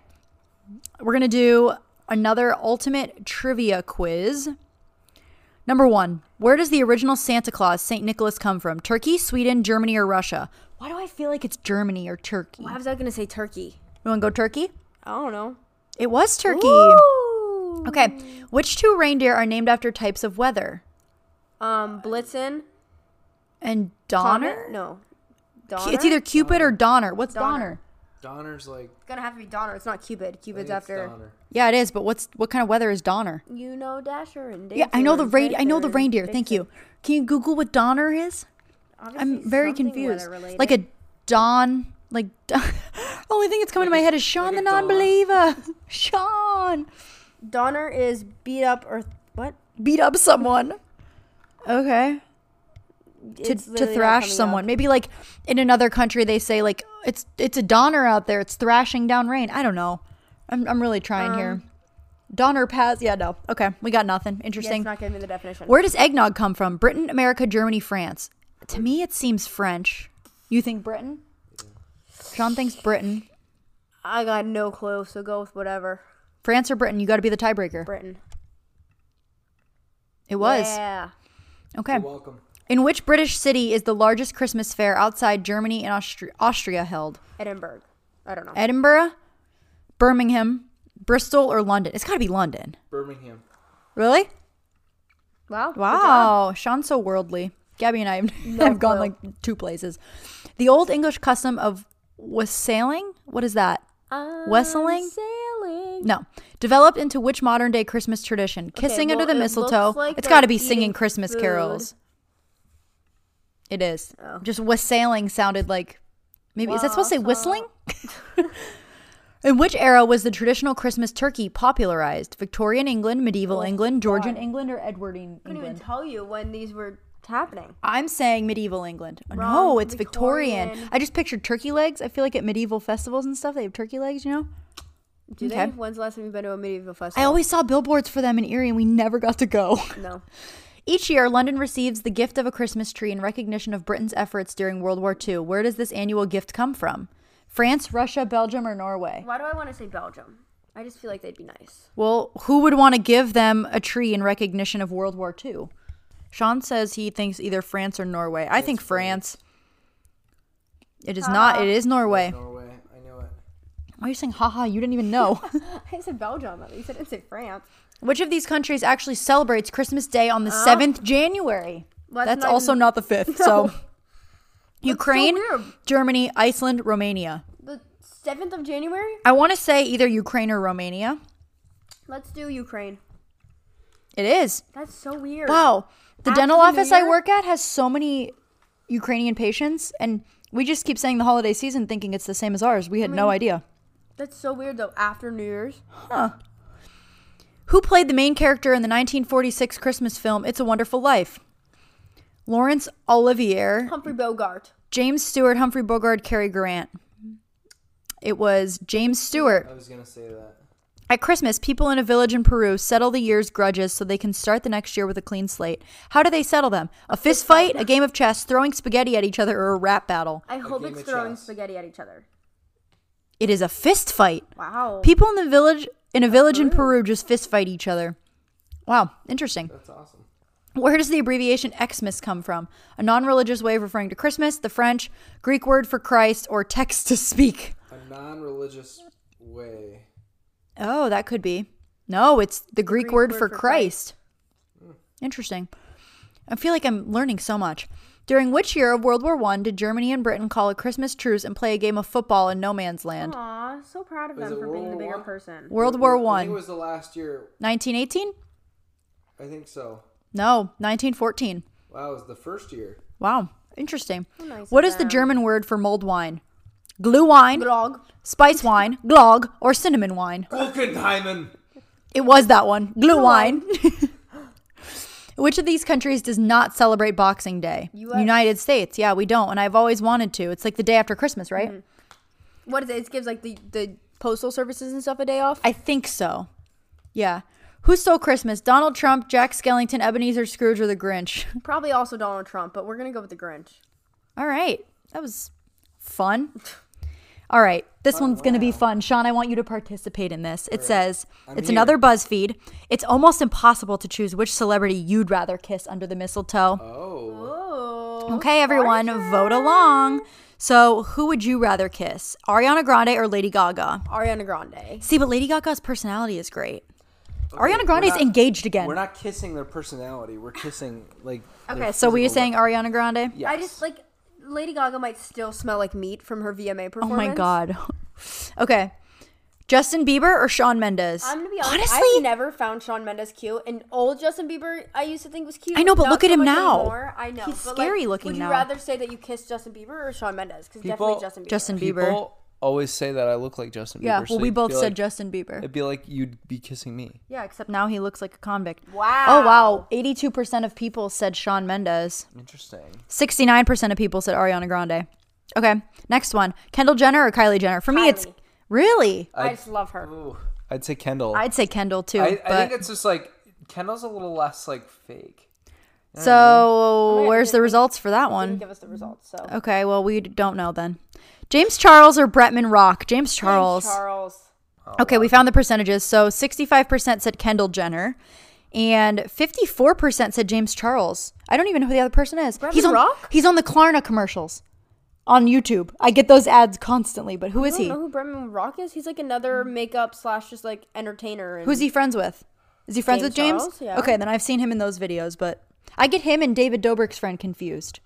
We're going to do another ultimate trivia quiz. Number one, where does the original Santa Claus, St. Nicholas, come from? Turkey, Sweden, Germany, or Russia? Why do I feel like it's Germany or Turkey? I was I gonna say turkey? You want to go turkey? I don't know. It was turkey. Ooh. Okay. Which two reindeer are named after types of weather? Um, Blitzen. And Comet? Donner? No. K- Donner. It's either Cupid or Donner. What's Donner. Donner's like It's gonna have to be Donner. It's not Cupid. Cupid's after. Donner. Yeah, it is. But what's what kind of weather is Donner? You know Dasher and Dancer. Yeah, I know the and rain. I know the Prancer and reindeer. Thank Vixen. you. Can you Google what Donner is? I'm Obviously very something confused. weather-related. Like a Don. Like Don. only thing that's coming to my head is Sean the non-believer. Sean Donner is beat up or what? beat up someone. Okay. to, It's to literally not thrash coming up. someone. Maybe like in another country they say like it's it's a donner out there. It's thrashing down rain. I don't know. I'm I'm really trying Um, here. Donner pass. Yeah, no. Okay, we got nothing. Yeah, Interesting. it's not giving me the definition. Where does eggnog come from? Britain, America, Germany, France. To me, it seems French. You think Britain? Sean thinks Britain. I got no clue, so go with whatever. France or Britain? You got to be the tiebreaker. Britain. It was Yeah. okay. Welcome. In which British city is the largest Christmas fair outside Germany and Austri- Austria held? Edinburgh. I don't know. Eh, Edinburgh, Birmingham, Bristol, or London. It's got to be London. Birmingham. Really? wow. good job. Wow. Sean's so worldly. Gabby and I have, have gone like two places. The old English custom of wassailing? What is that? I'm Wessling? Sailing. No. Developed into which modern day Christmas tradition? Kissing well, under it the looks mistletoe. like it's got to they're be eating singing Christmas food. Oh. carols. It is. Just wassailing sounded like maybe is that supposed to say whistling? In which era was the traditional Christmas turkey popularized? Victorian England, medieval England, Georgian England, or Edwardian I Oh, couldn't even England? tell you when these were happening. I'm saying medieval England. Oh, Wrong, no, it's Victorian. Victorian. I just pictured turkey legs. I feel like at medieval festivals and stuff, they have turkey legs, you know? Do Okay. they? When's the last time you've been to a medieval festival? I always saw billboards for them in Erie and we never got to go. no. Each year, London receives the gift of a Christmas tree in recognition of Britain's efforts during World War II. Where does this annual gift come from? France, Russia, Belgium, or Norway? Why do I want to say Belgium? I just feel like they'd be nice. Well, who would want to give them a tree in recognition of World War II? Sean says he thinks either France or Norway. I think France. It is not. It is Norway. Norway. I know it. Why are you saying haha? You didn't even know. I said Belgium. At least I didn't say France. Which of these countries actually celebrates Christmas Day on the 7th January? Oh. Well, that's that's not also even- not the 5th. So Ukraine, weird. Germany, Iceland, Romania. The seventh of January. I want to say either Ukraine or Romania. Let's do Ukraine. It is. That's so weird. Wow. The After dental the New office I Year? work at has so many Ukrainian patients and we just keep saying the holiday season thinking it's the same as ours. We had no idea. That's so weird though. After New Year's. Who played the main character in the 1946 Christmas film It's a Wonderful Life? Laurence Olivier, Humphrey Bogart. James Stewart, Humphrey Bogart, Cary Grant. It was James Stewart. I was gonna say that. At Christmas, people in a village in Peru settle the year's grudges so they can start the next year with a clean slate. How do they settle them? A fist fight, a game of chess, throwing spaghetti at each other, or a rap battle? I hope game it's of throwing chess. spaghetti at each other. It is a fist fight. Wow. People in the village in a village in Peru just fist fight each other. Wow, interesting. That's awesome. Where does the abbreviation Xmas come from? A non-religious way of referring to Christmas, the French Greek word for Christ, or text to speak. A non-religious way. Oh, that could be. No, it's the Greek, word, for, Christ. Hmm. Interesting. I feel like I'm learning so much. During which year of World War One did Germany and Britain call a Christmas truce and play a game of football in no man's land? Aw, so proud of Was them it for being the World War bigger One? person. World War I think One. it was the last year. 1918? I think so. No, 1914. Wow, it was the first year. Wow, interesting. nice what of is the them. German word for mulled wine? Glue wine, Glog. spice wine, glog, or cinnamon wine? Gulkenheimen. It was that one. Glue wine. Which of these countries does not celebrate Boxing Day? US. United States. Yeah, we don't. And I've always wanted to. It's like the day after Christmas, right? What is it? It gives like the, the postal services and stuff a day off. I think so. Yeah. Who stole Christmas? Donald Trump, Jack Skellington, Ebenezer Scrooge, or the Grinch? Probably also Donald Trump, but we're gonna go with the Grinch. All right. That was fun. All right. This one's going to be fun. Sean, I want you to participate in this. It says it's another BuzzFeed. It's almost impossible to choose which celebrity you'd rather kiss under the mistletoe. Oh. Okay, everyone, vote along. So, who would you rather kiss, Ariana Grande or Lady Gaga? Ariana Grande. See, but Lady Gaga's personality is great. Ariana Grande's not- engaged again. We're not kissing their personality. We're kissing like. their Okay, so, were you physical saying Ariana Grande? look. Yes. I just like Lady Gaga might still smell like meat from her VMA Oh performance. my God. okay. Justin Bieber or Sean Mendes? I'm gonna be honest. Honestly, I've never found Sean Mendes cute, and old Justin Bieber I used to think was cute. I know, but Not look at so him much now. anymore. I know. He's but, like, scary looking Would now. you rather say that you kissed Justin Bieber or Sean Mendes? Because People- definitely Justin Justin Bieber. Bieber. People always say that I look like Justin Bieber. yeah, well, so we you'd both be said like- Justin Bieber. It'd be like you'd be kissing me. Yeah, except now he looks like a convict. Wow. Oh, wow. 82% of people said Sean Mendes. Interesting. 69% of people said Ariana Grande. Okay, next one. Kendall Jenner or Kylie Jenner? For me, it's Kylie. really. I I'd- just love her. Ooh, I'd say Kendall. I'd say Kendall too. Oh. I, but I think it's just like Kendall's a little less like fake. so, mm-hmm. where's the didn't- results for that Didn't one? give us the results. So Okay, well, we don't know then. James Charles or Bretman Rock? James Charles. Charles. Okay, we found the percentages. So 65% said Kendall Jenner, and 54% said James Charles. I don't even know who the other person is. he's Bretman on Rock? he's on the Klarna commercials on YouTube. I get those ads constantly, but who is I don't he? know who Brendan Rock is. He's like another makeup slash just like entertainer. And Who's he friends with? Is he friends James with James? Charles, yeah. Okay, then I've seen him in those videos, but I get him and David Dobrik's friend confused.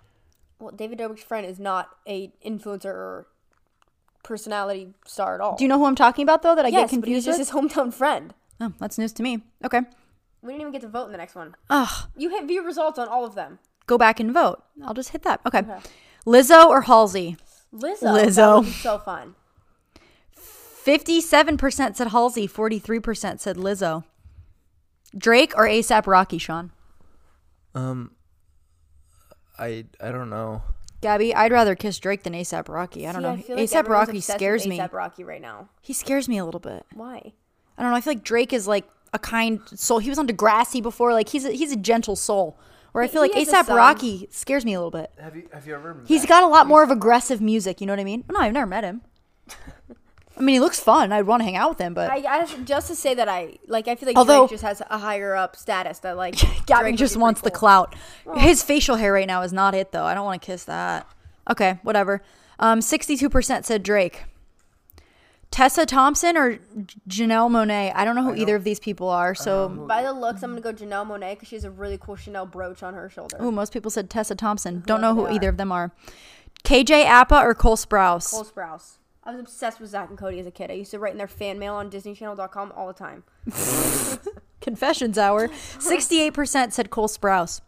Well, David Dobrik's friend is not a influencer or personality star at all. Do you know who I'm talking about though that I yes, get but he's confused just with? his hometown friend. Oh, that's news to me. Okay. We didn't even get to vote in the next one. Ugh, You hit view results on all of them. go back and vote. I'll just hit that. Okay. Lizzo or Halsey? Lizzo. Lizzo. That would be so fun. 57% said Halsey, 43% said Lizzo. Drake or ASAP Rocky, Sean? Um, I I don't know. Gabby, I'd rather kiss Drake than ASAP Rocky. I don't See, know. feel ASAP everyone's Rocky obsessed with scares me. A$AP Rocky right now. He scares me a little bit. Why? I don't know. I feel like Drake is like a kind soul. He was on Degrassi before. Like he's a, he's a gentle soul. Where I feel like he is a ASAP son. Rocky scares me a little bit. Have you have you ever? He's got a lot more of aggressive music. You know what I mean? No, I've never met him. I mean, he looks fun. I'd want to hang out with him, but I, I just to say that I like. I feel like Uh, Although- Drake just has a higher up status that like. Gabby Drake would just be pretty wants the cool. clout. His facial hair right now is not it though. I don't want to kiss that. Okay, whatever. Um, sixty-two percent said Drake. Tessa Thompson or J- Janelle Monet. I don't know who either of these people are. So, By the looks, I'm gonna go Janelle Monet because she has a really cool Chanel brooch on her shoulder. ooh, most people said Tessa Thompson. Don't know who either of them are. KJ Appa or Cole Sprouse. Cole Sprouse. I was obsessed with Zach and Cody as a kid. I used to write in their fan mail on DisneyChannel.com all the time. Confessions hour. Sixty-eight percent said Cole Sprouse.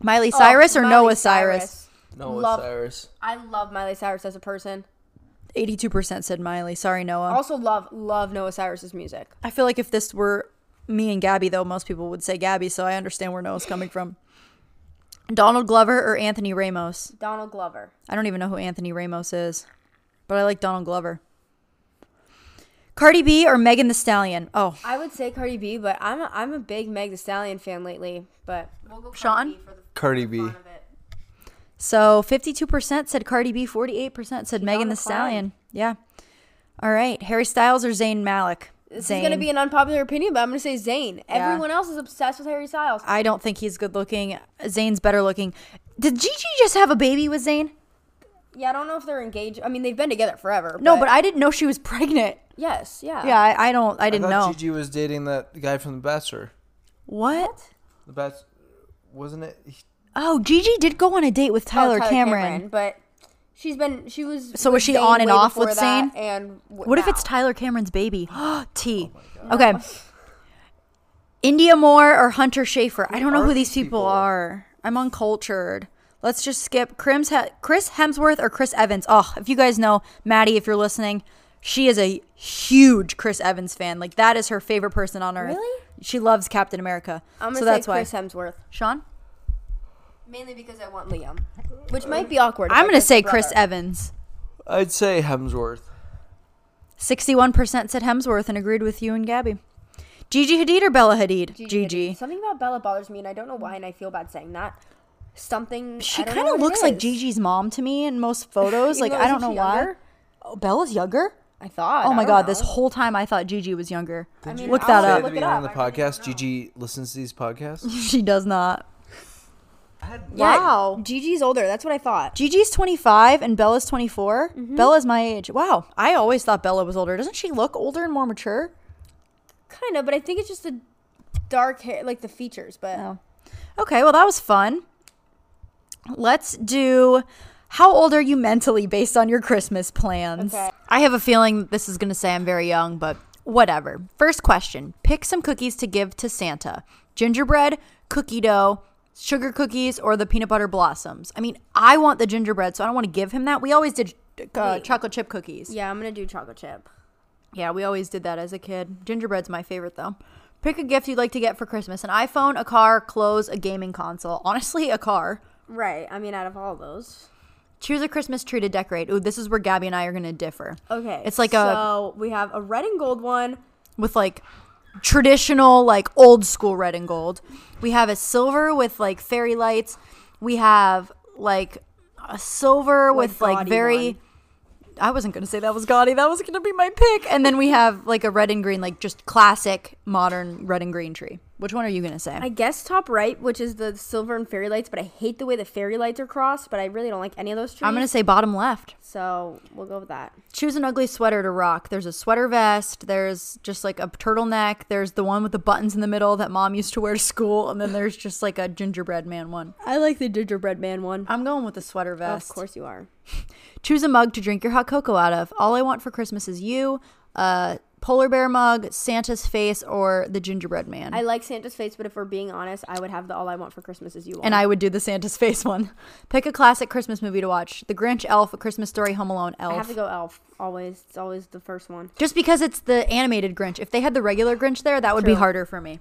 Miley Cyrus or Oh, Miley Noah Cyrus. no, love- Cyrus. I love Miley Cyrus as a person. Eighty-two percent said Miley. Sorry, Noah. Also love love Noah Cyrus's music. I feel like if this were me and Gabby, though, most people would say Gabby, so I understand where Noah's coming from. Donald Glover or Anthony Ramos? Donald Glover. I don't even know who Anthony Ramos is, but I like Donald Glover. Cardi B or Megan the Stallion? Oh, I would say Cardi B, but I'm a, I'm a big Meg The Stallion fan lately. But we'll go Sean? Cardi B. So 52% said Cardi B, 48% said Megan the Stallion. Yeah. All right. Harry Styles or Zayn Malik? This is gonna be an unpopular opinion, but I'm gonna say Zayn. Everyone else is obsessed with Harry Styles. I don't think he's good looking. Zayn's better looking. Did Gigi just have a baby with Zayn? Yeah, I don't know if they're engaged. I mean, they've been together forever. No, but I didn't know she was pregnant. yes, yeah, Yeah, I, I don't. I I didn't thought know. Gigi was dating that guy from The Bachelor. what? The Bachelor, wasn't it? He- Oh, Gigi did go on a date with Oh, Tyler, Cameron. But she's been she was. So with was she Zayn on and way off before with that Zayn? And w- What if now. it's Tyler Cameron's baby? T. okay. India Moore or Hunter Schafer. I don't know are who these these people, people? are. I'm uncultured. Let's just skip Crims he- Chris Hemsworth or Chris Evans. Oh, if you guys know Maddie, if you're listening, she is a huge Chris Evans fan. Like that is her favorite person on earth. Really? She loves Captain America. I'm gonna so that's say why. Chris Hemsworth, Sean, mainly because I want Liam, which might be awkward. if I'm I gonna pick say the Chris brother. Evans. I'd say Hemsworth. 61% said Hemsworth and agreed with you and Gabby. Gigi Hadid or Bella Hadid? Gigi. Gigi. Something about Bella bothers me, and I don't know why, and I feel bad saying that. Something. She I don't kind know of what it looks like is. Gigi's mom to me in most photos. Even like though I don't know isn't she why. younger? Oh, Bella's younger. I thought. Oh I my don't god! know. This whole time I thought Gigi was younger. I mean, Look I'll that Say at up. the look it beginning up. of the I really don't podcast, Gigi listens to these podcasts. she does not. Yeah, Wow. Gigi's older. That's what I thought. Gigi's 25 and Bella's 24. Mm-hmm. Bella's my age. Wow. I always thought Bella was older. Doesn't she look older and more mature? Kind of, but I think it's just the dark hair, like the features. But Oh. Okay, well that was fun. Let's do how old are you mentally based on your Christmas plans? Okay. I have a feeling this is going to say I'm very young, but whatever. First question, pick some cookies to give to Santa. Gingerbread, cookie dough, sugar cookies or the peanut butter blossoms. I mean, I want the gingerbread, so I don't want to give him that. We always did uh, chocolate chip cookies. yeah, I'm gonna do chocolate chip. Yeah, we always did that as a kid. Gingerbread's my favorite though. Pick a gift you'd like to get for Christmas an iPhone, a car, clothes, a gaming console. Honestly, a car. Right. I mean, out of all those. Choose a Christmas tree to decorate. Ooh, this is where Gabby and I are going to differ. Okay. It's like a so we have a red and gold one. with like traditional, like old school red and gold. We have a silver with like fairy lights. We have like a silver with like gaudy very. one. I wasn't gonna say that was gaudy. That was gonna be my pick. And then we have like a red and green, like just classic modern red and green tree. Which one are you gonna say? I guess top right, which is the silver and fairy lights, but I hate the way the fairy lights are crossed, but I really don't like any of those trees. I'm gonna say bottom left. so we'll go with that. choose an ugly sweater to rock. There's a sweater vest. There's just like a turtleneck. There's the one with the buttons in the middle that mom used to wear to school. And then there's just like a gingerbread man one. I like the gingerbread man one. I'm going with the sweater vest. Of course you are. Choose a mug to drink your hot cocoa out of. All I want for Christmas is you, a polar bear mug, Santa's face, or the gingerbread man. I like Santa's face, but if we're being honest, I would have the all I want for Christmas is you. and I would do the Santa's face one. Pick a classic Christmas movie to watch The Grinch, Elf, A Christmas Story, Home Alone, Elf. I have to go elf. Always, it's always the first one. Just because it's the animated Grinch. If they had the regular Grinch there, that would be True. harder for me.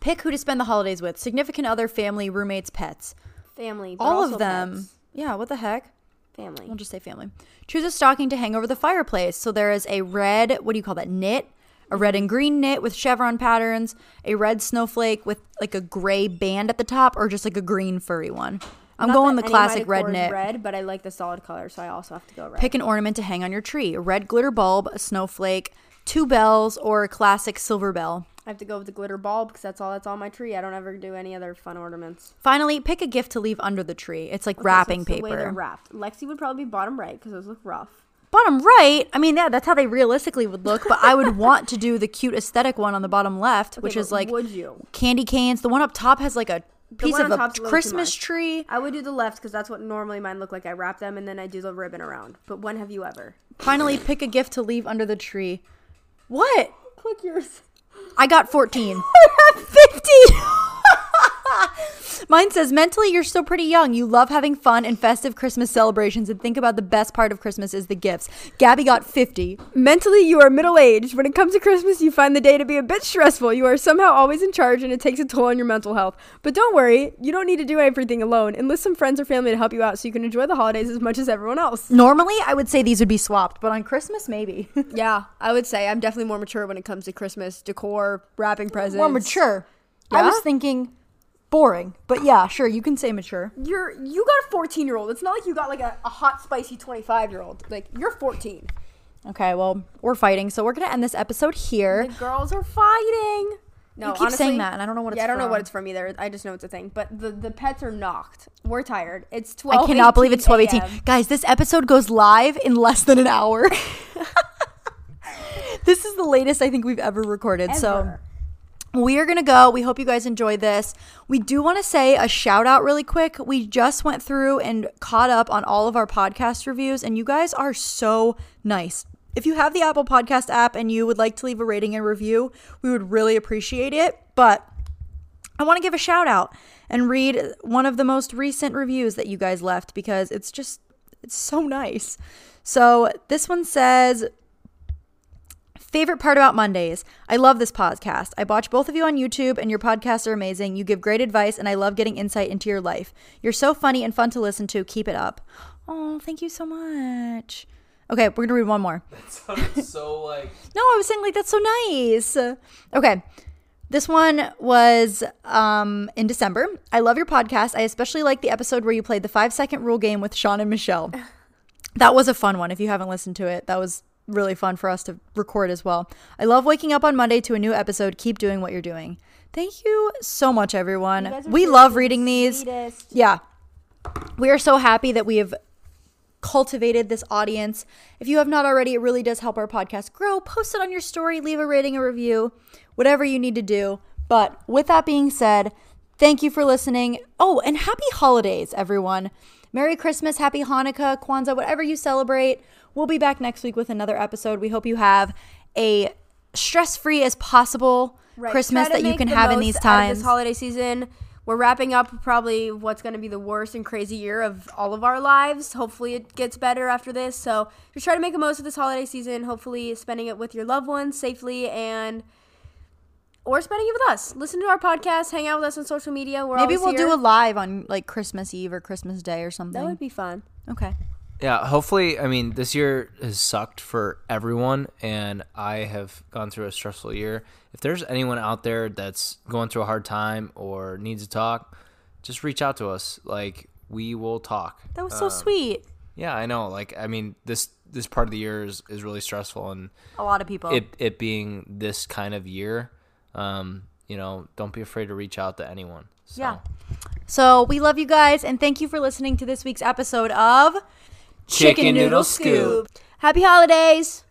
Pick who to spend the holidays with significant other, family, roommates, pets. Family. but All also of them. pets. Yeah, what the heck? Family. We'll just say family. Choose a stocking to hang over the fireplace. So there is a red, what do you call that, knit? A red and green knit with chevron patterns, a red snowflake with like a gray band at the top, or just like a green furry one. I'm Not going that the any of my classic decor red is knit. Red, but I like the solid color, so I also have to go red. Pick an ornament to hang on your tree a red glitter bulb, a snowflake, two bells, or a classic silver bell. I have to go with the glitter ball because that's all that's on my tree. I don't ever do any other fun ornaments. Finally, pick a gift to leave under the tree. It's like wrapping So it's The way paper. they're wrapped. Lexi would probably be bottom right because those look rough. bottom right, I mean, yeah, that's how they realistically would look, but I would want to do the cute aesthetic one on the bottom left, which Okay, is but like would you? candy canes. The one up top has like a piece one of on a top's a little too Christmas much. tree. I would do the left because that's what normally mine look like. I wrap them and then I do the ribbon around. But when have you ever? Finally, pick a gift to leave under the tree. What? Click yours. I got 14. 50. Mine says, mentally, you're still pretty young. You love having fun and festive Christmas celebrations and think about the best part of Christmas is the gifts. Gabby got 50. Mentally, you are middle aged. When it comes to Christmas, you find the day to be a bit stressful. You are somehow always in charge, and it takes a toll on your mental health. But don't worry, you don't need to do everything alone. Enlist some friends or family to help you out so you can enjoy the holidays as much as everyone else. Normally, I would say these would be swapped, but on Christmas, maybe. Yeah, I would say I'm definitely more mature when it comes to Christmas decor, wrapping presents. More mature. I was Yeah? thinking boring, but yeah, sure, you can say mature. You're you got a 14 year old. It's not like you got like a, a hot spicy 25 year old. Like you're 14. Okay, well, we're fighting, so we're going to end this episode here. girls are fighting. No, You keep honestly, saying that, and I don't know what yeah, it's I don't know from. what it's from either. I just know it's a thing. But the the pets are knocked. We're tired. It's twelve. I cannot believe it's 1218. a.m.. Guys, this episode goes live in less than an hour. this is the latest I think we've ever recorded. So Ever. we are going to go. We hope you guys enjoy this. We do want to say a shout out really quick. We just went through and caught up on all of our podcast reviews, and you guys are so nice. If you have the Apple Podcast app and you would like to leave a rating and review, we would really appreciate it. But I want to give a shout out and read one of the most recent reviews that you guys left because it's just it's so nice. So this one says Favorite part about Mondays. I love this podcast. I watch both of you on YouTube and your podcasts are amazing. You give great advice and I love getting insight into your life. You're so funny and fun to listen to. Keep it up. Oh, thank you so much. Okay, we're going to read one more. so like No, I was saying like that's so nice. Okay. This one was um, in December. I love your podcast. I especially like the episode where you played the five second rule game with Sean and Michelle. That was a fun one. If you haven't listened to it, that was really fun for us to record as well. I love waking up on Monday to a new episode. Keep doing what you're doing. Thank you so much, everyone. guys are We so love sweet- reading these. sweetest. Yeah. We are so happy that we have cultivated this audience. If you have not already, it really does help our podcast grow. Post it on your story, leave a rating, a review, whatever you need to do. But with that being said, thank you for listening. Oh, and happy holidays, everyone. Merry Christmas, happy Hanukkah, Kwanzaa, whatever you celebrate. We'll be back next week with another episode. We hope you have a stress free as possible Right. Christmas Try to that you make can the have in most these out of times. This holiday season, we're wrapping up probably what's going to be the worst and crazy year of all of our lives. Hopefully, it gets better after this. So just try to make the most of this holiday season. Hopefully, spending it with your loved ones safely and. Or spending it with us. Listen to our podcast. Hang out with us on social media. We're Maybe always we'll here. do a live on like Christmas Eve or Christmas Day or something. That would be fun. okay. Yeah, hopefully, I mean, this year has sucked for everyone, and I have gone through a stressful year. If there's anyone out there that's going through a hard time or needs to talk, just reach out to us. Like, we will talk. That was so sweet. Yeah, I know. Like, I mean, this this part of the year is, is really stressful, and A lot of people. it, it being this kind of year, um, you know, don't be afraid to reach out to anyone. So. Yeah. so we love you guys and thank you for listening to this week's episode of Chicken Noodle Scoop. Happy holidays.